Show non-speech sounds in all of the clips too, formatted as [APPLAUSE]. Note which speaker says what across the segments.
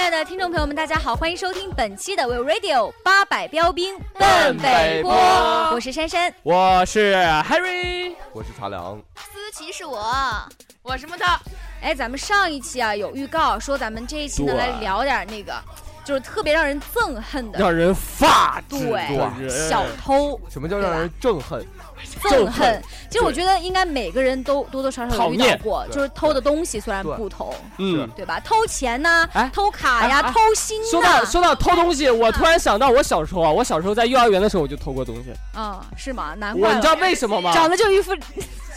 Speaker 1: 爱的听众朋友们，大家好，欢迎收听本期的 We Radio 八百标兵奔北坡，我是珊珊，
Speaker 2: 我是 Harry，
Speaker 3: 我是茶凉，
Speaker 4: 思琪是我，
Speaker 5: 我是木头。
Speaker 1: 哎，咱们上一期啊有预告说咱们这一期呢
Speaker 3: 对
Speaker 1: 来聊点那个，就是特别让人憎恨的，
Speaker 2: 让人发指的
Speaker 1: 对，
Speaker 2: 人
Speaker 1: 小偷
Speaker 3: 什么叫让人憎恨？
Speaker 1: 憎
Speaker 2: 憎
Speaker 1: 恨
Speaker 2: 恨。
Speaker 1: 其实我觉得应该每个人都多多少少有遇
Speaker 2: 讨
Speaker 1: 到
Speaker 2: 厌
Speaker 1: 过，
Speaker 3: 对
Speaker 1: 就是偷的东西虽然
Speaker 3: 对
Speaker 1: 不同，
Speaker 2: 嗯。
Speaker 1: 对吧？偷钱呐、
Speaker 2: 哎
Speaker 1: 偷卡呀、
Speaker 2: 哎哎
Speaker 1: 偷心
Speaker 2: 说
Speaker 1: 呐、
Speaker 2: 到说到偷东西，我突然想到我小时候啊，我小时候在幼儿园的时候我就偷过东西。
Speaker 1: 啊、是吗？难
Speaker 2: 我
Speaker 1: 怪
Speaker 2: 你知道为什么
Speaker 3: 啊
Speaker 2: 吗？
Speaker 1: 长得就一副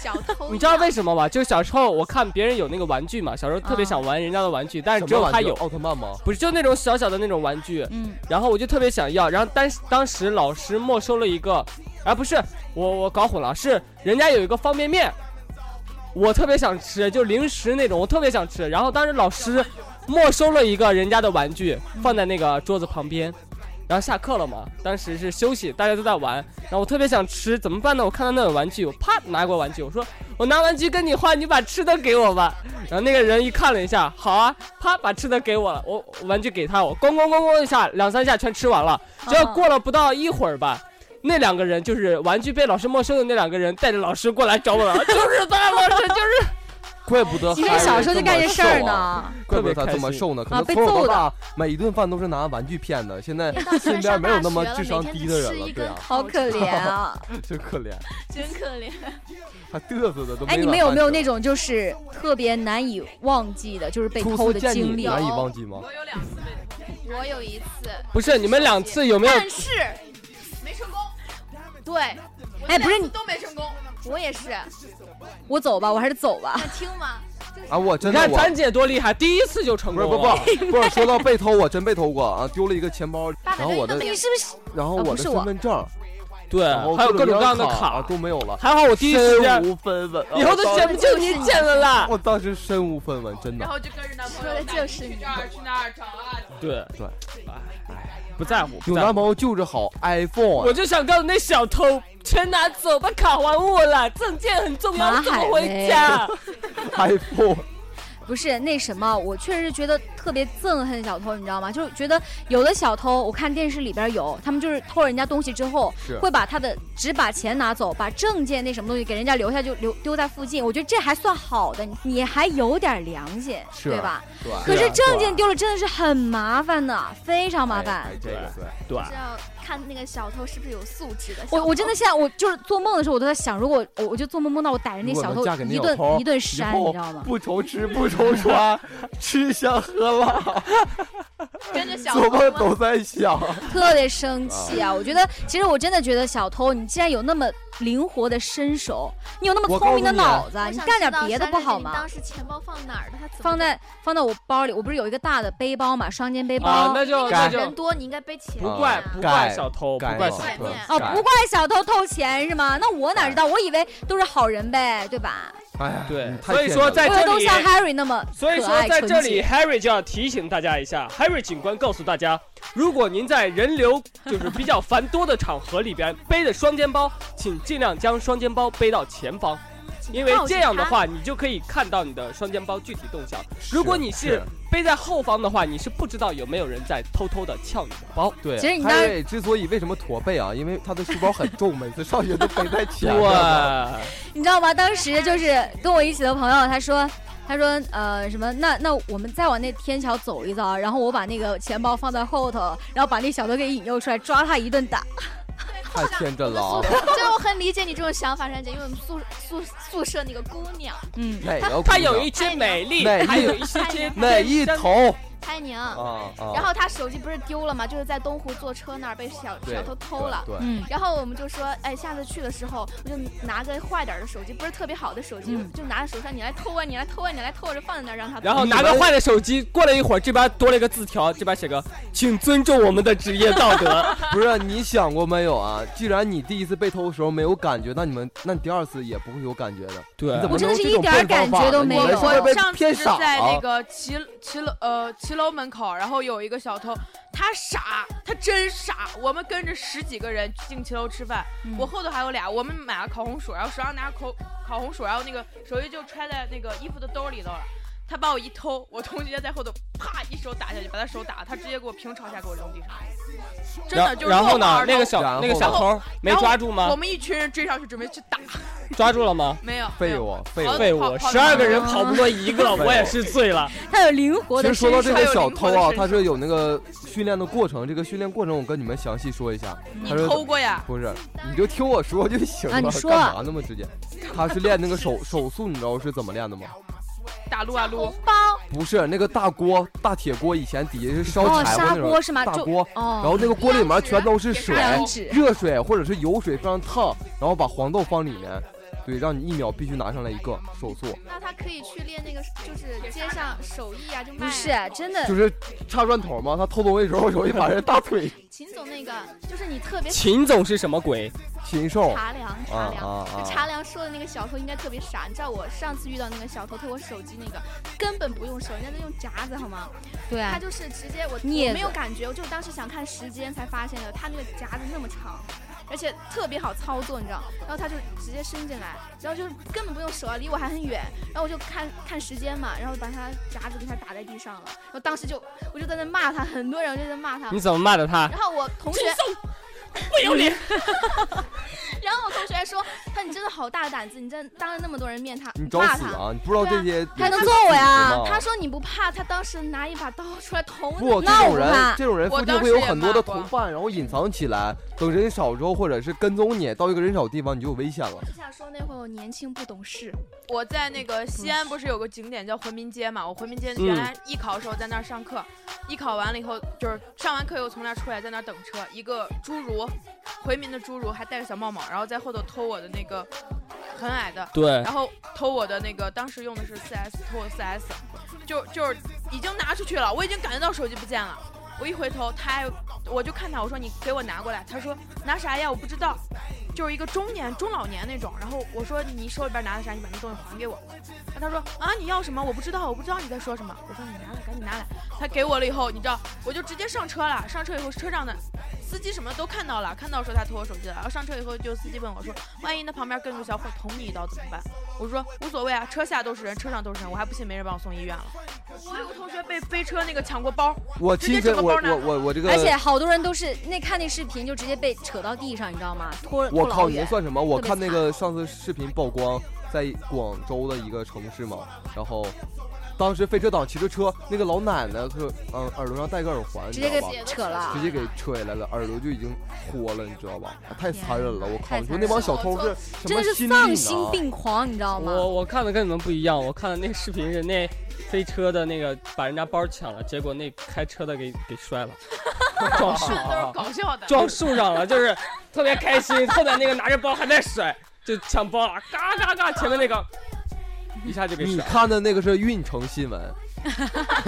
Speaker 5: 小偷
Speaker 2: 你知道为什么吗？就是小时候我看别人有那个玩具嘛，小时候特别
Speaker 1: 嗯
Speaker 2: 想玩人家的玩具，但是只
Speaker 3: 什么玩
Speaker 2: 有
Speaker 3: 具啊
Speaker 2: 他有，
Speaker 3: 奥特曼吗？
Speaker 2: 不是就那种小小的那种玩具，
Speaker 1: 嗯
Speaker 2: 然后我就特别想要，然后当当时老师没收了一个，啊不是我我搞混了，是人家有一个方便面，我特别想吃，就零食那种，我特别想吃，然后当时老师没收了一个人家的玩具，
Speaker 1: 嗯
Speaker 2: 放在那个桌子旁边。然后下课了嘛，当时是休息，大家都在玩。然后我特别想吃，怎么办呢？我看到那种玩具，我啪拿过玩具，我说我拿玩具跟你换，你把吃的给
Speaker 1: [LAUGHS]
Speaker 2: 我吧。然后那个人一看了一下，好啊，啪把吃的给我了，我我玩具给他，我咣咣咣咣一下，两三下全吃完了。
Speaker 1: 啊
Speaker 2: 只要过了不到一会儿吧，那两个人就是玩具被老师没收的那两个人，带着老师过来找
Speaker 1: [LAUGHS]
Speaker 2: 我了，就是他，老师就是
Speaker 3: 怪不得
Speaker 1: 你
Speaker 3: 孩
Speaker 1: 这
Speaker 3: 子
Speaker 1: 小时候就干这事儿
Speaker 3: 么瘦啊，
Speaker 1: 呢，
Speaker 3: 怪不得他
Speaker 2: 特别
Speaker 3: 这么
Speaker 2: 开心
Speaker 3: 瘦呢，可
Speaker 1: 啊
Speaker 3: 能
Speaker 1: 被
Speaker 3: 从小
Speaker 1: 揍
Speaker 3: 到大每一顿饭都是拿玩具骗的，现
Speaker 1: [LAUGHS]
Speaker 3: 在
Speaker 4: 到现
Speaker 3: 身
Speaker 4: 在
Speaker 3: 边
Speaker 4: 上
Speaker 3: 没有
Speaker 4: 大
Speaker 3: 那么
Speaker 4: 学了
Speaker 3: 智商低的人了，对啊，
Speaker 1: 好可怜啊！
Speaker 3: 真可怜，
Speaker 5: 真可怜。
Speaker 3: 还嘚瑟的都没
Speaker 1: 哎，你
Speaker 3: 晚
Speaker 1: 们有
Speaker 3: 饭
Speaker 1: 没有
Speaker 3: 吃
Speaker 1: 那种就是特别难以忘记的，就是被
Speaker 3: 初
Speaker 1: 偷
Speaker 3: 次
Speaker 1: 的
Speaker 3: 见
Speaker 1: 经
Speaker 3: 你
Speaker 1: 历？
Speaker 3: 难以忘记吗？
Speaker 5: 我有两次被
Speaker 4: [LAUGHS]
Speaker 5: 偷，
Speaker 4: 我有一次，
Speaker 2: 不是你们两次有没有？
Speaker 4: 但是
Speaker 5: 没成功。
Speaker 4: 对
Speaker 5: 我
Speaker 1: 哎不是
Speaker 5: 两次
Speaker 1: 你
Speaker 5: 都没成功。
Speaker 4: 我也是，
Speaker 1: 我走吧，我还是走吧。
Speaker 4: 想听吗？
Speaker 3: 啊，我
Speaker 2: 你
Speaker 3: 真的
Speaker 2: 看
Speaker 3: 我
Speaker 2: 咱姐多厉害，第一次就成
Speaker 3: 不是
Speaker 2: 功
Speaker 3: 不
Speaker 2: 了。
Speaker 3: 不不是，说到被偷，我真被偷过啊，丢了一个钱包，
Speaker 4: 爸
Speaker 3: 然
Speaker 4: 爸
Speaker 3: 后我
Speaker 4: 真
Speaker 3: 的
Speaker 4: 的没有
Speaker 1: 你是不是？
Speaker 3: 然后
Speaker 1: 啊
Speaker 3: 我
Speaker 1: 不
Speaker 3: 的
Speaker 1: 是
Speaker 3: 身
Speaker 1: 我
Speaker 3: 份证，
Speaker 2: 对，
Speaker 3: 然后
Speaker 2: 还有各种各样的
Speaker 3: 卡
Speaker 2: 卡。
Speaker 3: 都没有了，
Speaker 2: 还好我第一时间
Speaker 3: 身，无分文，
Speaker 2: 以后都
Speaker 3: 啊
Speaker 2: 全部就你捡了啦。
Speaker 3: 我当时身无分文，真的
Speaker 5: 然。后就跟着男朋
Speaker 4: 说
Speaker 5: 友
Speaker 4: 的
Speaker 5: 带
Speaker 4: 就是
Speaker 5: 去
Speaker 4: 你
Speaker 5: 这儿去那儿找啊。
Speaker 2: 对哎
Speaker 3: 对，哎
Speaker 2: 不在乎，
Speaker 3: 有
Speaker 2: 不在
Speaker 3: 男
Speaker 2: 乎。
Speaker 3: 朋友就是好，iPhone
Speaker 2: 我就想告诉那小偷，钱拿走吧，卡还我啦，证件很重
Speaker 1: 马
Speaker 2: 要，怎
Speaker 1: 海
Speaker 2: 么
Speaker 1: 威
Speaker 2: 回家？
Speaker 3: iPhone，
Speaker 1: 不是那什么，我确实是觉得特别憎恨小偷，你知道吗？就是觉得有的小偷，我看电视里边有，他们就是偷人家东西之后
Speaker 3: 是，
Speaker 1: 会把他的只把钱拿走，把证件那什么东西给人家留下，就留丢在附近。我觉得这还算好的，你你还有点良心，
Speaker 3: 是啊
Speaker 1: 对吧？可
Speaker 3: 对，
Speaker 1: 是证件
Speaker 3: 对
Speaker 1: 丢了真的是很麻烦的，非常麻烦。
Speaker 3: 哎这个对，
Speaker 2: 对
Speaker 4: 是要看那个小偷是不是有素质的小偷。
Speaker 1: 我我真的现在我就是做梦的时候，我都在想，如果我我就做梦梦到我逮着那小
Speaker 3: 如
Speaker 1: 偷
Speaker 3: 果能嫁给那
Speaker 1: 一
Speaker 3: 小偷
Speaker 1: 顿一顿
Speaker 3: 以
Speaker 1: 扇，你
Speaker 3: 后
Speaker 1: 知道吗？
Speaker 3: 不愁吃不愁穿，吃香喝辣，
Speaker 5: 跟着小
Speaker 3: 做
Speaker 5: 偷
Speaker 1: 啊
Speaker 3: 梦
Speaker 5: 吗
Speaker 3: 都在想。
Speaker 1: 特别生气啊！我觉得，其实我真的觉得小偷，你既然有那么灵活的身手，你有那么聪明的脑子，啊
Speaker 4: 我
Speaker 1: 你
Speaker 4: 想
Speaker 1: 干点
Speaker 4: 知道
Speaker 1: 别的
Speaker 4: 珊
Speaker 1: 不
Speaker 4: 珊
Speaker 1: 好
Speaker 4: 姐你
Speaker 1: 吗
Speaker 4: 当？时钱包放哪儿的？他怎么
Speaker 1: 放在放到我包里，我不是有一个大的背包嘛，双肩背包。
Speaker 2: 啊，那就那
Speaker 3: 改
Speaker 2: 就
Speaker 4: 人多，你应该背钱啊呀。
Speaker 2: 不怪不怪小偷，不
Speaker 3: 改
Speaker 2: 怪
Speaker 3: 了
Speaker 2: 小
Speaker 5: 改
Speaker 2: 偷
Speaker 5: 面。
Speaker 1: 哦，
Speaker 3: 改
Speaker 1: 不怪小偷偷钱是吗？那我哪知道？我以为都是好人呗，对吧？
Speaker 3: 哎呀，
Speaker 2: 对
Speaker 3: 你，太
Speaker 2: 所以
Speaker 3: 骗
Speaker 2: 说
Speaker 3: 人了
Speaker 2: 在
Speaker 1: 我也
Speaker 2: 这
Speaker 1: 都
Speaker 2: 里，
Speaker 1: 像 Harry 那么
Speaker 2: 所以
Speaker 1: 可
Speaker 2: 说
Speaker 1: 爱
Speaker 2: 在
Speaker 1: 纯
Speaker 2: 这里
Speaker 1: 洁。
Speaker 2: ，Harry 就要提醒大家一下，Harry 警官告诉大家，如果您在人流就是比较繁多的场合里边背着双肩包，请尽量将双肩包背到前方，因为这样的话你就可以看到你的双肩包具体动向。如果你是背在后方的话，你是不知道有没有人在偷偷的撬你的包。
Speaker 3: 对，
Speaker 1: 其实你当时
Speaker 3: Harry 之所以为什么驼背啊，因为他的书包很重，每次上学都背在前面。啊
Speaker 2: 对。
Speaker 1: 你知道吗？当时就是跟我一起的朋友，他说。他说：“呃，什么？那那我们再往那天桥走一遭，然后我把那个钱包放在后头，然后把那小偷给引诱出来，抓他一顿打。
Speaker 3: 太天真了啊！
Speaker 4: 对，我很理解你这种想法，珊姐，因为我们宿宿宿舍那个姑娘
Speaker 1: 嗯，
Speaker 3: 哪个
Speaker 2: 她
Speaker 3: 姑娘
Speaker 2: 有一些美丽，
Speaker 3: 美丽
Speaker 2: 还有一些些
Speaker 3: 哪一头
Speaker 4: 蔡宁，
Speaker 3: 啊啊！
Speaker 4: 然后她手机不是丢了吗？就是在东湖坐车那儿被小
Speaker 3: 对
Speaker 4: 小偷偷了。
Speaker 3: 对，
Speaker 1: 嗯，
Speaker 4: 然后我们就说，哎，下次去的时候，我就拿个坏点儿的手机，不是特别好的手机，
Speaker 1: 嗯
Speaker 4: 就拿着手上，你来偷啊，你来偷啊，你来偷啊，就放在那儿让他。
Speaker 2: 然后拿个坏的手机，过了一会儿，这边多了一个字条，这边写个“请尊重我们的职业道德
Speaker 3: 不是你想过没有啊？既然你第一次被偷的时候没有感觉，那你们那你第二次也不会有感觉的。”。
Speaker 2: 对
Speaker 3: 你怎么
Speaker 1: 我真的是
Speaker 3: 能有
Speaker 1: 一点儿
Speaker 3: 这种笨方法
Speaker 1: 感觉都
Speaker 3: 呢
Speaker 1: 没
Speaker 3: 你
Speaker 1: 有
Speaker 3: 们是不是
Speaker 5: 我
Speaker 3: 被啊
Speaker 5: 上次
Speaker 3: 骗
Speaker 5: 是
Speaker 3: 傻
Speaker 5: 在那
Speaker 3: 了？
Speaker 5: 个骑骑楼呃骑楼门口，然后有一个小偷，他傻，他真傻。我们跟着十几个人进骑楼吃饭，
Speaker 1: 嗯
Speaker 5: 我后头还有俩，我们买了烤红薯，然后手上拿着烤烤红薯，然后那个手机就揣在那个衣服的兜里头了。他把我一偷，我同学在后头啪一手打下去，把他手打了，他直接给我平朝下给我扔地上，真
Speaker 2: 然后
Speaker 5: 的呃就是
Speaker 2: 然后
Speaker 5: 落
Speaker 2: 呢
Speaker 5: 荒？而
Speaker 2: 那个
Speaker 5: 逃
Speaker 2: 小
Speaker 3: 然后
Speaker 2: 那个小
Speaker 5: 呢
Speaker 2: 偷没
Speaker 5: 然后
Speaker 2: 抓住
Speaker 5: 我
Speaker 2: 吗？
Speaker 5: 们一群人追上去准备去打，
Speaker 2: 抓住了吗？
Speaker 5: 没有，没
Speaker 3: 废
Speaker 5: 有。
Speaker 3: 物，啊废物
Speaker 1: 呃
Speaker 5: 好。
Speaker 2: 废
Speaker 5: 跑
Speaker 2: 物，
Speaker 5: 跑
Speaker 2: 十二个人
Speaker 1: 跑
Speaker 2: 跑不过一个，
Speaker 3: 废物
Speaker 2: 我也是醉
Speaker 5: [LAUGHS]
Speaker 2: 了。
Speaker 1: 他有灵活
Speaker 3: 其
Speaker 1: 的
Speaker 3: 实说
Speaker 1: 身手。
Speaker 3: 到这个小偷
Speaker 5: 还有灵
Speaker 3: 啊
Speaker 5: 魂，的
Speaker 3: 他是有那个训练的过程，这个训练过程我跟你们详细说一下。
Speaker 5: 你
Speaker 3: 他说
Speaker 5: 偷过呀？
Speaker 3: 不是，你就听我说就行了，
Speaker 1: 啊你说
Speaker 3: 干嘛那么直接？他是练那个手手速，你知道是怎么练的吗？
Speaker 5: 打撸啊撸，
Speaker 3: 不是那个大锅，大铁锅，以前底下是烧
Speaker 1: 哦，
Speaker 3: 柴
Speaker 1: 砂
Speaker 3: 火那种
Speaker 1: 锅是吗？
Speaker 3: 大
Speaker 1: 就
Speaker 3: 锅，然
Speaker 1: 哦，
Speaker 3: 后那个锅里面全都是水，
Speaker 1: 两指。
Speaker 3: 热水或者是油水非常烫，然后把黄豆放里面，对，让你一秒必须拿上来一个手速，
Speaker 4: 那他可以去练那个，就是街上手艺啊，就卖。
Speaker 1: 不是，真的，
Speaker 3: 就是插砖头嘛，他偷东西时候容易把人大腿
Speaker 4: 秦总那个，就是你特别
Speaker 2: 秦总是什么鬼？
Speaker 3: 禽兽
Speaker 4: 茶凉
Speaker 3: 啊
Speaker 4: 茶凉。
Speaker 3: 啊
Speaker 4: 就
Speaker 3: 啊！
Speaker 4: 茶凉说的那个小偷应该特别傻，你知道我上次遇到那个小偷偷我手机那个，根本不用手，人家都用夹子好吗？
Speaker 1: 对
Speaker 4: 他
Speaker 1: 啊，
Speaker 4: 就是直接我我
Speaker 1: 镊子
Speaker 4: 没有感觉，我就当时想看时间才发现的，他那个夹子那么长，而且特别好操作，你知道？然后他就直接伸进来，然后就是根本不用手啊，离我还很远，然后我就看看时间嘛，然后把他夹子给他打在地上了，然后当时就我就在那骂他，很多人就在那骂他
Speaker 2: 你。怎么骂的他？
Speaker 4: 然后我同学，
Speaker 5: 不要脸！
Speaker 4: [LAUGHS] 然后我同学还说他你真的好大胆子，你真当着那么多人面他
Speaker 3: 你找
Speaker 4: 骂
Speaker 3: 死
Speaker 4: 他，
Speaker 3: 啊！你不知道这些
Speaker 1: 还能揍我呀？
Speaker 4: 他说你不怕他当时拿一把刀出来捅你，
Speaker 3: 不，这
Speaker 1: 那我
Speaker 3: 种人
Speaker 1: 怕，
Speaker 3: 这种人附
Speaker 5: 我
Speaker 3: 近
Speaker 5: 当
Speaker 3: 会
Speaker 5: 时
Speaker 3: 有
Speaker 5: 也
Speaker 3: 很多
Speaker 5: 骂
Speaker 3: 的
Speaker 5: 过
Speaker 3: 同伴，然后隐藏起来，等人少之后，或者是跟踪你，到一个人少地方，你就有危险了。
Speaker 4: 只想说那会儿我年轻不懂事，
Speaker 5: 我在那个西安不是有个景点叫回民街嘛？我回民街
Speaker 2: 嗯
Speaker 5: 原来艺考的时候在那儿上课，艺考完了以后就是上完课以后从那儿出来，在那儿等车，一个侏儒，回民的侏儒还戴个小帽帽，然后在后头偷我的那个很矮的，
Speaker 2: 对，
Speaker 5: 然后偷我的那个当时用的是 4S，偷我 4S，就就是已经拿出去了，我已经感觉到手机不见了。我一回头，他还我就看他，我说你给我拿过来。他说拿啥呀？我不知道，就是一个中年中老年那种。然后我说你手里边拿的啥？你把那东西还给我。然后他说啊你要什么？我不知道，我不知道你在说什么。我说你拿来，赶紧拿来。他给我了以后，你知道，我就直接上车了。上车以后，车上的司机什么都看到了，看到说他偷我手机了。然后上车以后，就司机问我说，万一那旁边跟个小伙捅你一刀怎么办？我说无所谓啊，车下都是人，车上都是人，我还不信没人把我送医院了。我有个同学被飞车那个抢过包，
Speaker 3: 我
Speaker 5: 直
Speaker 3: 亲
Speaker 5: 接整
Speaker 3: 身，
Speaker 5: 个
Speaker 3: 我
Speaker 5: 包拿
Speaker 3: 我我我这个，
Speaker 1: 而且好多人都是那看那视频就直接被扯到地上，你知道吗？拖拖
Speaker 3: 我靠，
Speaker 1: 老
Speaker 3: 你
Speaker 1: 远
Speaker 3: 这。算什么？我
Speaker 1: 特别
Speaker 3: 看那个上次视频曝光，在广州的一个城市嘛，然后当时飞车党骑着车，那个老奶奶她嗯耳朵上戴个耳环，你
Speaker 1: 直
Speaker 3: 知
Speaker 1: 接
Speaker 3: 道
Speaker 1: 给
Speaker 3: 吧？
Speaker 1: 扯了
Speaker 3: 直接给扯下来了，耳朵就已经脱了，你知道吧？啊太
Speaker 1: 天
Speaker 3: 残忍了！
Speaker 1: 哪
Speaker 3: 我靠，
Speaker 1: 太
Speaker 3: 你说
Speaker 1: 残
Speaker 3: 那
Speaker 1: 忍
Speaker 3: 帮
Speaker 1: 了
Speaker 3: 小偷是什
Speaker 1: 真
Speaker 3: 么
Speaker 1: 的是
Speaker 3: 心啊
Speaker 1: 丧
Speaker 3: 理
Speaker 1: 心
Speaker 3: 呢？
Speaker 1: 病狂，你知道吗？
Speaker 2: 我我看的跟你们不一样，我看的那个视频是那飞车的那个把人家包抢了，结果那开车的给给
Speaker 5: [LAUGHS]
Speaker 2: 摔了，撞树
Speaker 5: 看的都是搞笑
Speaker 2: [LAUGHS]
Speaker 5: 的。
Speaker 2: 撞树上了，就是特别开心，后面那个拿着包还在甩，就抢包了，嘎嘎嘎，前面那个一下就给
Speaker 3: 你
Speaker 2: 甩了。
Speaker 3: 看的那个是运城新闻，
Speaker 4: [LAUGHS]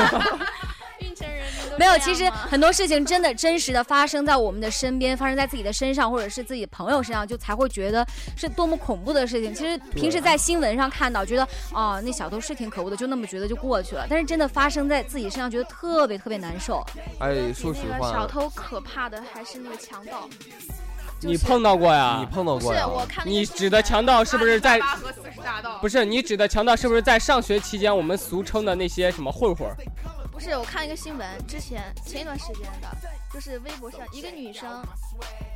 Speaker 4: 运城人民都
Speaker 1: 没有，
Speaker 4: 这样
Speaker 1: 其实
Speaker 4: 吗
Speaker 1: 很多事情真的真实的发生在我们的身边，发生在自己的身上，或者是自己朋友身上，就才会觉得是多么恐怖的事情。其实平时在新闻上看到，觉得哦、那小偷是挺可恶的，就那么觉得就过去了。但是真的发生在自己身上，觉得特别特别难受。
Speaker 3: 哎，
Speaker 4: 比
Speaker 3: 说实
Speaker 4: 那个小
Speaker 3: 话，
Speaker 4: 偷可怕的还是那个强盗。就是
Speaker 2: 你碰到过
Speaker 3: 你
Speaker 2: 呀？
Speaker 3: 碰到
Speaker 4: 不是
Speaker 3: 过呀？
Speaker 4: 我看那个
Speaker 2: 你
Speaker 4: 视
Speaker 2: 指的
Speaker 4: 频
Speaker 2: 强盗是不是在？
Speaker 5: 八和四十大盗？
Speaker 2: 不是你指的强盗是不是在上学期间我们俗称的那些什么混混儿？
Speaker 4: 不是我看一个新闻，之前前一段时间的，就是微博上一个女生，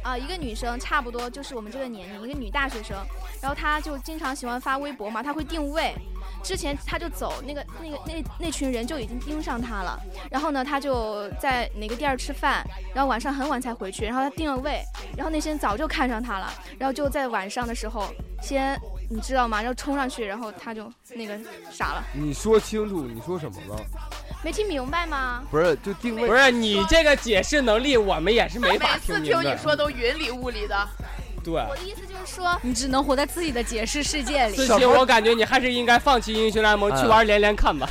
Speaker 4: 啊、一个女生差不多就是我们这个年龄，一个女大学生，然后她就经常喜欢发微博嘛，她会定位。之前她就走，那个那个那那群人就已经盯上她了。然后呢，她就在哪个店儿吃饭，然后晚上很晚才回去。然后她定了位，然后那些人早就看上她了，然后就在晚上的时候先你知道吗？然后冲上去，然后她就那个傻了，
Speaker 3: 你说清楚，你说什么了？
Speaker 4: 没听明白吗？
Speaker 3: 不是，就定位
Speaker 2: 不是你这个解释能力，我们也是没法
Speaker 5: 每
Speaker 2: 听
Speaker 5: 次
Speaker 2: 明
Speaker 5: 听
Speaker 2: 白
Speaker 5: 你。说都云里雾里的，
Speaker 2: 对，
Speaker 4: 我的意思就是说，
Speaker 1: 你只能活在自己的解释世界里。
Speaker 2: 自
Speaker 3: [LAUGHS] 小
Speaker 2: 己
Speaker 3: 偷
Speaker 2: 我感觉你还是应该放弃英雄联盟，
Speaker 3: 哎
Speaker 2: 去玩连连看吧。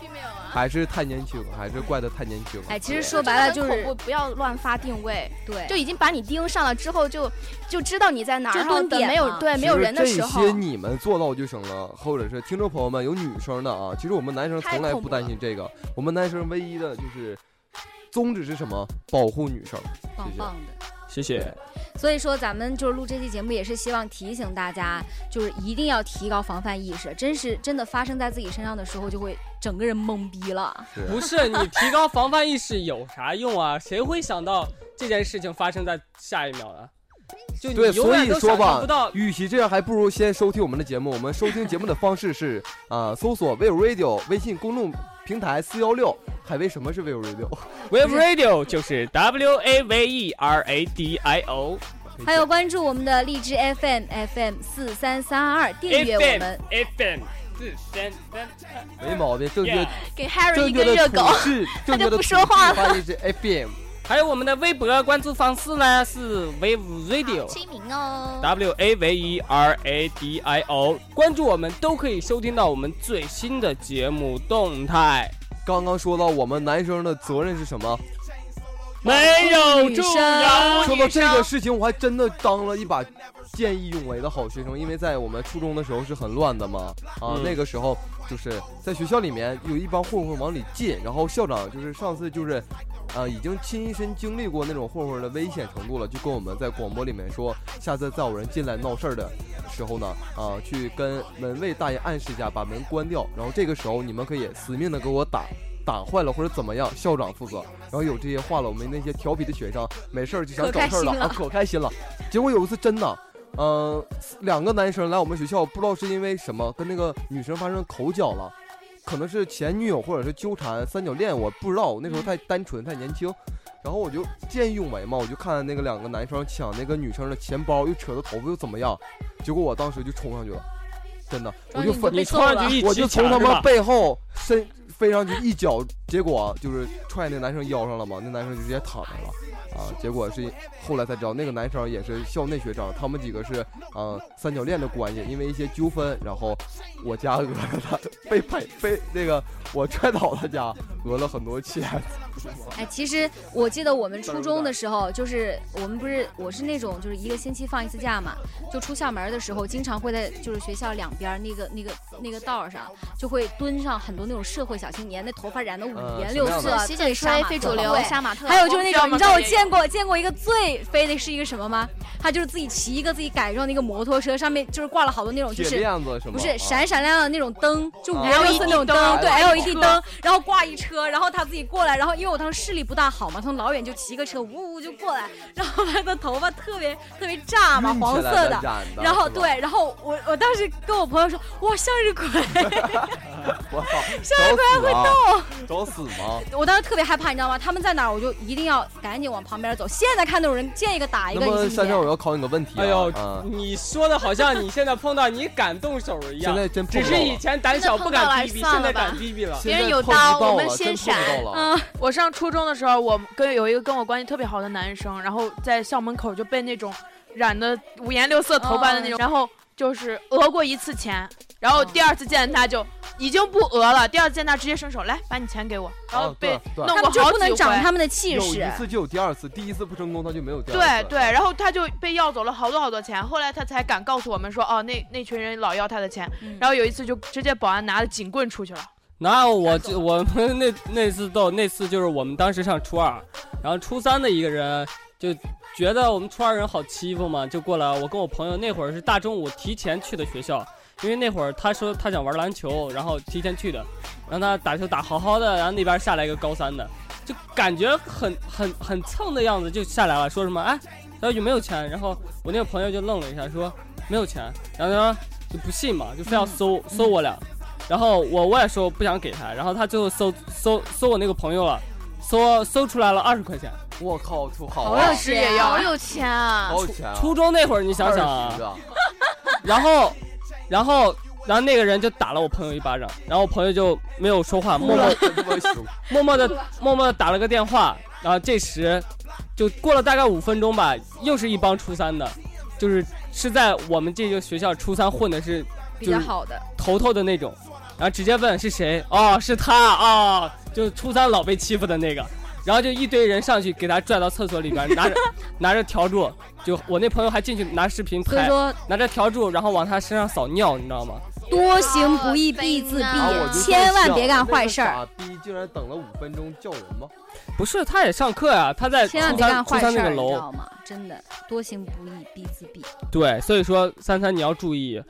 Speaker 4: 并没有啊。
Speaker 3: 还是太年轻，还是怪的太年轻。
Speaker 1: 哎，其实
Speaker 3: 对
Speaker 1: 说白了就
Speaker 4: 真的很
Speaker 1: 是
Speaker 4: 恐怖，不要乱发定位，
Speaker 1: 对，
Speaker 4: 就已经把你盯上了之后就，就知道你在哪儿，
Speaker 1: 就
Speaker 4: 然后
Speaker 1: 蹲
Speaker 4: 等
Speaker 1: 点
Speaker 4: 没有
Speaker 1: 嘛
Speaker 4: 对
Speaker 3: 其
Speaker 4: 没有
Speaker 3: 实
Speaker 4: 人的时候
Speaker 3: 这，些你们做到就行了，或者是听众朋友们有女生的啊，其实我们男生从来不担心这个，我们男生唯一的就是宗旨是什么？保护女生。
Speaker 1: 棒
Speaker 3: 谢谢
Speaker 1: 棒的。
Speaker 2: 谢谢。
Speaker 1: 所以说，咱们就是录这期节目，也是希望提醒大家，就是一定要提高防范意识。真是真的发生在自己身上的时候，就会整个人懵逼了。
Speaker 3: 是
Speaker 2: 不是你提高防范意识有啥用啊？谁会想到这件事情发生在下一秒呢？就
Speaker 3: 对，
Speaker 2: 你永
Speaker 3: 所
Speaker 2: 远
Speaker 3: 以
Speaker 2: 都
Speaker 3: 说
Speaker 2: 想象
Speaker 3: 吧
Speaker 2: 不到，。
Speaker 3: [LAUGHS] 与其这样，还不如先收听我们的节目。我们收听节目的方式是 [LAUGHS] 啊、搜索 v i v Radio 微信公众平台四幺六。海威什么是 v i v Radio？
Speaker 2: Wave Radio 就是 W A V E R A D I O
Speaker 1: 还有关注我们的荔枝 FM FM 四三三二，订阅
Speaker 2: F
Speaker 1: 我
Speaker 2: M
Speaker 1: 们。
Speaker 2: F M 四三三
Speaker 3: 没毛病，正确
Speaker 2: Yeah
Speaker 1: 给 Harry
Speaker 3: 正
Speaker 1: 一
Speaker 3: 确
Speaker 1: 根
Speaker 3: 的
Speaker 1: 热
Speaker 3: 处
Speaker 1: 狗。
Speaker 3: 事，正
Speaker 1: 就
Speaker 3: 确的
Speaker 1: 不说话了
Speaker 3: 发音是 FM。
Speaker 2: 还有我们的微博关注方式呢是 Wave Radio
Speaker 4: 清明哦。
Speaker 2: W A V E R A D I O，关注我们都可以收听到我们最新的节目动态。
Speaker 3: 刚刚说到我们男生的责任是什么？
Speaker 2: 没有
Speaker 1: 女
Speaker 2: 助
Speaker 1: 生
Speaker 2: 燃
Speaker 3: 说到这个事情，我还真的当了一把见义勇为的好学生，因为在我们初中的时候是很乱的嘛，啊，
Speaker 2: 嗯
Speaker 3: 那个时候就是在学校里面有一帮混混往里进，然后校长就是上次就是，呃，已经亲身经历过那种混混的危险程度了，就跟我们在广播里面说，下次再有人进来闹事儿的时候呢，啊，去跟门卫大爷暗示一下，把门关掉，然后这个时候你们可以死命的给我打。打坏了或者怎么样，校长负责。然后有这些话了，我们那些调皮的学生没事儿就想
Speaker 1: 可
Speaker 3: 找
Speaker 1: 开
Speaker 3: 事儿
Speaker 1: 心
Speaker 3: 了啊，
Speaker 1: 了
Speaker 3: 可开心了。结果有一次真的，嗯、两个男生来我们学校，不知道是因为什么跟那个女生发生口角了，可能是前女友或者是纠缠三角恋，我不知道，我那时候太单纯太年轻。然后我就见义勇为嘛，我就看那个两个男生抢那个女生的钱包，又扯她头发又怎么样，结果我当时就冲上去了，真的，我就
Speaker 1: 终于
Speaker 3: 分
Speaker 1: 你
Speaker 2: 你冲上去一
Speaker 3: 我
Speaker 2: 起
Speaker 3: 就从
Speaker 2: 抢
Speaker 3: 他
Speaker 2: 是
Speaker 3: 们
Speaker 2: 吧？
Speaker 3: 背后伸飞上去一脚，结果就是踹那男生腰上了嘛，那男生就直接躺下了啊。结果是后来才知道，那个男生也是校内学长，他们几个是嗯、呃三角恋的关系，因为一些纠纷，然后我家讹了他， [LAUGHS] 被拍被那个我踹倒他家，讹了很多钱。
Speaker 1: 哎，其实我记得我们初中的时候，就是我们不是我是那种就是一个星期放一次假嘛，就出校门的时候，经常会在就是学校两边儿那个那个那个道儿上，就会蹲上很多那种社会小青年，那头发染的五
Speaker 3: 呃
Speaker 1: 颜
Speaker 3: 什
Speaker 1: 六
Speaker 3: 么样
Speaker 1: 色
Speaker 3: 的，
Speaker 4: 洗
Speaker 1: 特别
Speaker 4: 剪
Speaker 1: 杀
Speaker 4: 吹
Speaker 1: 马
Speaker 4: 非
Speaker 1: 特
Speaker 4: 主流
Speaker 1: 对，
Speaker 4: 杀马特，
Speaker 1: 还有就是那种，你知道我
Speaker 5: 也有
Speaker 1: 见过见过一个最飞的是一个什么吗？他就是自己骑一个自己改装的一个摩托车，上面就是挂了好多那种就
Speaker 3: 铁
Speaker 1: 是
Speaker 3: 链子什么？
Speaker 1: 不是
Speaker 3: 啊
Speaker 1: 闪闪亮亮的那种灯，就五
Speaker 3: 啊
Speaker 1: 颜六色那种
Speaker 5: LED
Speaker 1: 对
Speaker 5: 灯挂一
Speaker 1: LED
Speaker 5: 车
Speaker 1: 灯，然后挂一车，然后他自己过来，然后因为我当时视力不大好嘛，从老远就骑个车呜呜就过来，然后他的头发特别特别炸嘛，
Speaker 3: 啊晕起
Speaker 1: 黄色
Speaker 3: 来
Speaker 1: 的
Speaker 3: 才，染的
Speaker 1: 然后
Speaker 3: 是吧 [LAUGHS]
Speaker 1: 对，然后我我当时跟我朋友说，哇向日葵， [LAUGHS]
Speaker 3: 我操，找死啊！找死吗？
Speaker 1: 我当时特别害怕，你知道吗？他们在哪儿我就一定要赶紧往旁边走，现在看到有人见一个打一哎个，
Speaker 3: 那
Speaker 1: 你
Speaker 3: 么
Speaker 1: 信不
Speaker 3: 珊珊，
Speaker 1: 信？
Speaker 3: 我要考你个问题啊。
Speaker 2: 哎呦
Speaker 3: 啊，
Speaker 2: 你说的好像你现在碰到你敢动手一
Speaker 3: 现
Speaker 2: 样，
Speaker 3: 在真碰
Speaker 2: 只
Speaker 3: 到
Speaker 2: 是
Speaker 3: 了
Speaker 2: 以前胆小不敢逼逼，现在敢逼逼了。
Speaker 3: 现在
Speaker 5: 别人有
Speaker 3: 碰不
Speaker 5: 刀
Speaker 3: 到
Speaker 5: 我们
Speaker 3: 了
Speaker 5: 先
Speaker 3: 真碰不
Speaker 5: 闪
Speaker 3: 到了
Speaker 1: 嗯，
Speaker 5: 我上初中的时候，我跟有一个跟我关系特别好的男生，然后在校门口就被那种染的五颜六色头发的那种，然后就是讹过一次钱，然后第二次见他就已经不讹了，第二次见他直接伸手来把你钱给我，然后
Speaker 1: 哦
Speaker 3: 啊
Speaker 5: 被、
Speaker 3: 对对
Speaker 5: 弄
Speaker 1: 他
Speaker 5: 过
Speaker 1: 们就
Speaker 5: 好
Speaker 1: 不
Speaker 5: 几
Speaker 1: 能长
Speaker 5: 回
Speaker 1: 他们的气
Speaker 3: 有
Speaker 1: 势
Speaker 3: 一。次就有第二次，第一次不成功他就没有第二
Speaker 5: 对
Speaker 3: 次。
Speaker 5: 对，然后他就被要走了好多好多钱，后来他才敢告诉我们说，哦，那那群人老要他的钱，
Speaker 1: 嗯
Speaker 5: 然后有一次就直接保安拿着警棍出去了。
Speaker 2: 然后我就我们那那次斗，那次就是我们当时上初二，然后初三的一个人就觉得我们初二人好欺负嘛，就过来。我跟我朋友那会儿是大中午提前去的学校，因为那会儿他说他想玩篮球，然后提前去的，让他打球打好好的，然后那边下来一个高三的，就感觉很很很蹭的样子就下来了，说什么哎，他说有没有钱？然后我那个朋友就愣了一下，说没有钱，然后他说就不信嘛，就非要搜、搜我俩，然后我我也说我不想给他，然后他最后搜搜搜我那个朋友了，搜搜出来了二十块钱。
Speaker 3: 我靠，土豪
Speaker 1: 好
Speaker 3: 啊
Speaker 1: 有，
Speaker 5: 吃也要
Speaker 4: 好有钱啊！
Speaker 3: 好有钱啊！
Speaker 2: 初中那会儿你想想啊
Speaker 3: 二十，个，
Speaker 2: 然后然后然后那个人就打了我朋友一巴掌，然后我朋友就没有说话，默
Speaker 3: [LAUGHS]
Speaker 2: 默
Speaker 3: 这
Speaker 1: [LAUGHS]
Speaker 3: 么熊，
Speaker 2: 默默的默默的打了个电话，然后这时就过了大概五分钟吧，又是一帮初三的，就是是在我们这个学校初三混的是
Speaker 1: 比较好的，
Speaker 2: 头头的那种，然后直接问是谁，哦，是他啊、哦，就是初三老被欺负的那个，然后就一堆人上去给他拽到厕所
Speaker 1: [LAUGHS]
Speaker 2: 里边，拿着拿着笤帚，就我那朋友还进去拿视频
Speaker 1: 所以
Speaker 2: 拍，
Speaker 1: 说
Speaker 2: 拿着笤帚，然后往他身上扫尿，你知道吗？
Speaker 1: 多行不义必自
Speaker 4: 啊我
Speaker 1: 毙，
Speaker 4: 就
Speaker 1: 千万别干坏事儿。
Speaker 3: 儿。傻逼竟然等了五分钟叫人吗？
Speaker 2: 不是，他也上课呀、他在初
Speaker 1: 千万别干
Speaker 2: 三初
Speaker 1: 坏
Speaker 2: 三
Speaker 1: 事
Speaker 2: 那
Speaker 1: 儿，啊
Speaker 2: 个
Speaker 1: 你知
Speaker 2: 楼，
Speaker 1: 道吗？真的，多行不义必自毙。
Speaker 2: 对，所以说三三你要注意，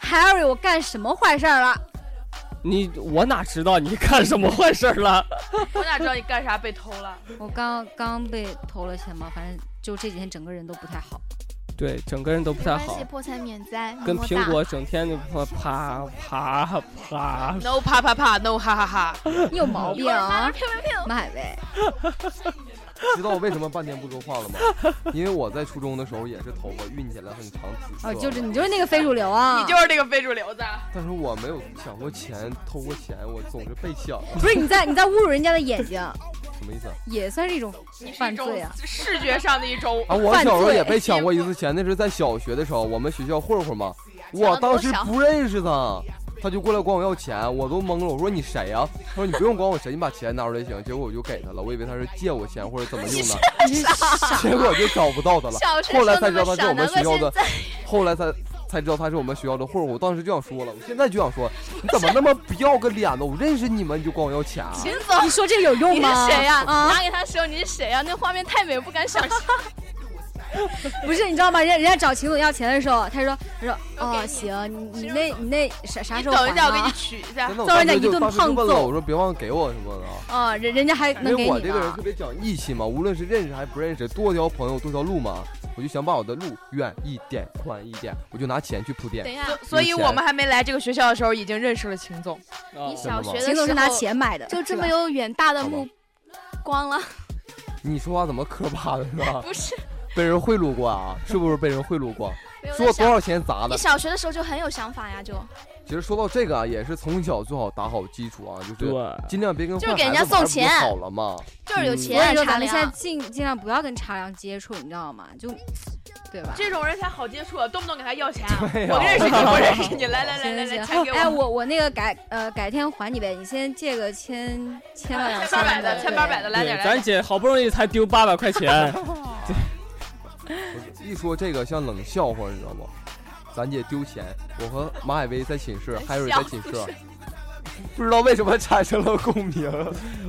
Speaker 1: Harry，我干什么坏事儿了？
Speaker 2: 你我哪知道你干什么坏事儿了？
Speaker 5: 我哪知道你干啥被偷了？
Speaker 1: 我刚刚被偷了钱包，反正就这几天整个人都不太好。
Speaker 2: 对，整个人都不
Speaker 4: 没
Speaker 2: 太
Speaker 4: 关
Speaker 2: 好
Speaker 4: 系，，破财免灾，么
Speaker 2: 跟
Speaker 4: 么
Speaker 2: 苹
Speaker 4: 哒。
Speaker 2: 果整天就啪啪啪啪
Speaker 5: [LAUGHS] No 啪啪啪，No 哈哈哈。
Speaker 1: 你有毛病 [LAUGHS] 啊！买呗，
Speaker 3: 知道我为什么半天不说话了吗？因为我在初中的时候也是头发熨起来很长紫色，
Speaker 1: 哦，就是你就是那个非主流啊！
Speaker 5: 你就是那个非主流子，啊
Speaker 3: 但是我没有想过钱，偷过钱，我总是被抢，
Speaker 1: 不是你在你在侮辱人家的眼睛，
Speaker 3: 什么意思啊？
Speaker 1: 也算是一种
Speaker 5: 你是一
Speaker 1: 犯
Speaker 5: 种
Speaker 1: 罪啊！
Speaker 5: 视觉上的一种
Speaker 1: 哦
Speaker 3: 啊，我小时候也
Speaker 1: 犯罪
Speaker 3: 被抢过一
Speaker 1: [LAUGHS]
Speaker 3: 次钱，那是在小学的时候，我们学校混混嘛，
Speaker 4: 抢
Speaker 3: 我
Speaker 4: 了多
Speaker 3: 当时
Speaker 4: 少
Speaker 3: 不认识他，他就过来管我要钱，我都懵了，我说你谁呀、他说你不用管我谁，你把钱拿出来就行。结果我就给他了，我以为他是借我钱或者怎么用的，
Speaker 1: 你是傻
Speaker 3: 结果就找不到他了。
Speaker 4: 小时
Speaker 3: 后
Speaker 4: 候
Speaker 3: 来
Speaker 4: 那
Speaker 3: 才知道他
Speaker 4: 么
Speaker 3: 是
Speaker 4: 傻，
Speaker 3: 我们
Speaker 4: 难怪
Speaker 3: 学校的
Speaker 4: 现在
Speaker 3: 后来才才知道他是我们学校的混混，我当时就想说了，我现在就想说，你怎么那么不要个脸呢？我认识你们你就管我要钱啊？
Speaker 4: 秦总，
Speaker 1: 你说这个有用
Speaker 4: 你
Speaker 1: 吗？
Speaker 4: 是谁呀、
Speaker 1: 啊
Speaker 4: 拿给他的时候你是谁呀、那画面太美，我不敢想象。
Speaker 1: 不是，你知道吗？人家人家找秦总要钱的时候，他说他说
Speaker 5: 我
Speaker 1: 哦
Speaker 5: 给你
Speaker 1: 行，你你那你那啥啥
Speaker 5: 你
Speaker 1: 时候
Speaker 5: 等
Speaker 1: 还
Speaker 5: 一下，我给你
Speaker 1: 啊？
Speaker 5: 取一下
Speaker 3: 真。的，我
Speaker 1: 揍人
Speaker 3: 当
Speaker 1: 家
Speaker 3: 时
Speaker 1: 一
Speaker 3: 就
Speaker 1: 顿
Speaker 3: 当时就
Speaker 1: 胖
Speaker 3: 问了，
Speaker 1: 揍
Speaker 3: 我说别忘了给我什么的啊。
Speaker 1: 哦，人人家还能
Speaker 3: 因
Speaker 1: 给
Speaker 3: 为我
Speaker 1: 你
Speaker 3: 这个人
Speaker 1: 呢
Speaker 3: 特。别讲义气嘛，无论是认识还不认识，多条朋友多条路嘛，我就想把我的路远一点、宽一点，我就拿钱去铺
Speaker 4: 等
Speaker 3: 垫。
Speaker 4: 一下，
Speaker 5: 所以我们还没来这个学校的时候，已经认识了秦总。
Speaker 2: 啊
Speaker 4: 你小学的时
Speaker 1: 秦
Speaker 4: 候
Speaker 1: 总是拿钱买的，
Speaker 4: 就这
Speaker 1: 是
Speaker 4: 么
Speaker 1: 吧
Speaker 4: 有远大的目光了，
Speaker 3: 你说话怎么磕巴的是吧？
Speaker 4: 不是？
Speaker 3: 被人贿赂过啊？是不是被人贿赂过？
Speaker 4: 没有
Speaker 3: 说我
Speaker 4: 在
Speaker 3: 多
Speaker 4: 想。
Speaker 3: 少钱砸的
Speaker 4: 你？小学的时候就很有想法呀，就
Speaker 3: 其实说到这个啊，也是从小做好打好基础啊，就是
Speaker 2: 对。
Speaker 3: 尽量别跟
Speaker 4: 就是
Speaker 3: 坏
Speaker 4: 给人
Speaker 3: 孩
Speaker 4: 家
Speaker 3: 子玩
Speaker 4: 送
Speaker 3: 儿不
Speaker 4: 钱
Speaker 3: 就好了嘛。
Speaker 4: 就是有
Speaker 2: 嗯
Speaker 1: 所以
Speaker 4: 钱
Speaker 1: 说
Speaker 4: 茶
Speaker 1: 咱们现在
Speaker 4: 凉。
Speaker 1: 尽尽量不要跟茶凉接触，你知道吗？就对吧？
Speaker 5: 这种人才好接触，动不动给他要钱。
Speaker 3: 对呀
Speaker 5: 我认识你，我认识你，来来来
Speaker 1: 行
Speaker 5: 来
Speaker 1: 行
Speaker 5: 来，
Speaker 1: 行
Speaker 5: 钱，给
Speaker 1: 哎，
Speaker 5: 我。
Speaker 1: 我我那个改呃改天还你呗，你先借个千千万两
Speaker 5: 千
Speaker 1: 千
Speaker 5: 八百
Speaker 1: 万
Speaker 5: 的，
Speaker 1: 对
Speaker 5: 千八百的，来
Speaker 2: 对
Speaker 5: 点，来
Speaker 2: 咱
Speaker 5: 点。
Speaker 2: 姐好不容易才丢八百块
Speaker 5: [LAUGHS]
Speaker 2: 钱，
Speaker 3: 一说这个像冷笑话，你知道吗？咱姐丢钱，我和马海威在寝
Speaker 4: [LAUGHS]
Speaker 3: 室，海瑞在寝室，不知道为什么产生了共鸣。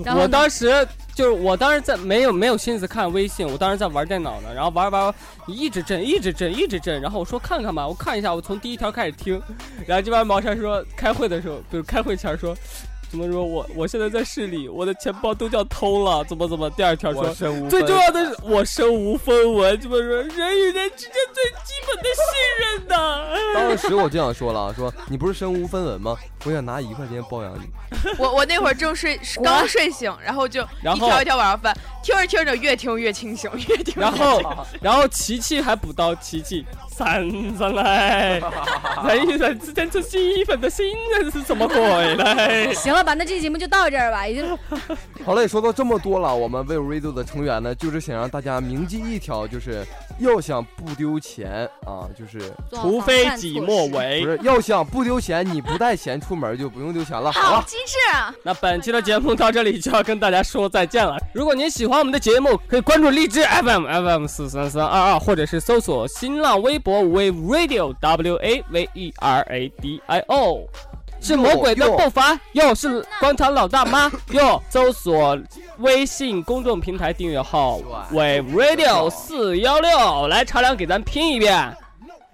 Speaker 1: 然后呢
Speaker 2: 我当时就是我当时在没有没有心思看微信，我当时在玩电脑呢，然后玩玩玩，一直震，一直震，一直震，然后我说看看吧，我看一下，我从第一条开始听，然后这边毛山说开会的时候，不是开会前说。怎么说我我现在在市里，我的钱包都叫偷了，怎么怎么？第二条说，
Speaker 3: 身无
Speaker 2: 最重要的是我身无分文，怎么说人与人之间最基本的信任呢？ [LAUGHS]
Speaker 3: 当时我就想说了，说你不是身无分文吗？我想拿一块钱包养你。
Speaker 5: [LAUGHS] 我我那会儿正睡，
Speaker 2: [LAUGHS]
Speaker 5: 刚睡醒，然后就
Speaker 2: 然
Speaker 5: 一
Speaker 2: 后
Speaker 5: 条一条往上翻，听着听着越听越清醒， [LAUGHS] 越听越
Speaker 2: 然后，然后琪琪还补刀，琪琪三三来，人与人之间最基本的信任是怎么鬼嘞？
Speaker 1: 行了吧，那这期节目就到这儿吧，已经
Speaker 3: 好了，也说到这么多了，我们 We Radio 的成员呢，就是想让大家铭记一条，就是要想不丢钱啊，就是
Speaker 1: 做好
Speaker 2: 除
Speaker 1: 防
Speaker 2: 非
Speaker 1: 范
Speaker 2: 己
Speaker 1: 措
Speaker 2: 莫
Speaker 1: 施。
Speaker 3: 不
Speaker 2: 为。
Speaker 3: 是要想不丢钱，你不带钱出门就不用丢钱了。好了。
Speaker 4: 机智啊！
Speaker 2: 那本期的节目到这里就要跟大家说再见了。如果您喜欢我们的节目，可以关注荔枝 FM FM 四三三二二，或者是搜索新浪微博 Wave Radio W A V E R A D I O。是魔鬼的步伐，又是广场老大妈，又搜索微信公众平台订阅号 Wave Radio 四幺六，来茶凉给咱拼一遍。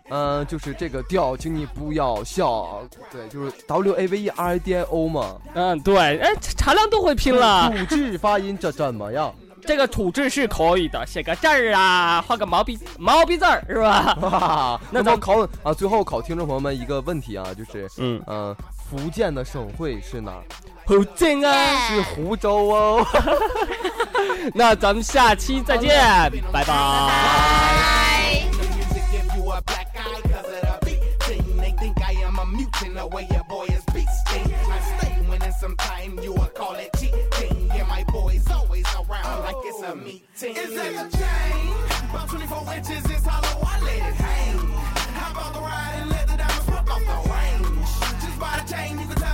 Speaker 3: 嗯，就是这个调，请你不要笑。对，就是 W A V E R I D I O 嘛。
Speaker 2: 嗯，对，哎，茶凉都会拼了。
Speaker 3: 土质发音这怎么样？
Speaker 2: 这个土质是可以的，写个字儿啊，画个毛笔毛笔字儿是吧？
Speaker 3: 哈哈，
Speaker 2: 那
Speaker 3: 那
Speaker 2: 咱
Speaker 3: 咱考啊，最后考听众朋友们一个问题啊，就是
Speaker 2: 嗯，
Speaker 3: 嗯、呃福建的省会是哪儿？
Speaker 2: 好正啊！
Speaker 3: 是湖州哦。
Speaker 2: 那咱们下期再见，拜拜。
Speaker 6: music give you a black eye cause of the beat thing. They think I am a mutant, the way your boy is beasting. I stay winning sometime, you will call it cheating. Yeah, my boy's always around like it's a meeting. Is that a chain? About 24 inches, it's hollow, I let it hang. Hop out the ride and let the diamonds pop off the range. Just buy the chain, you can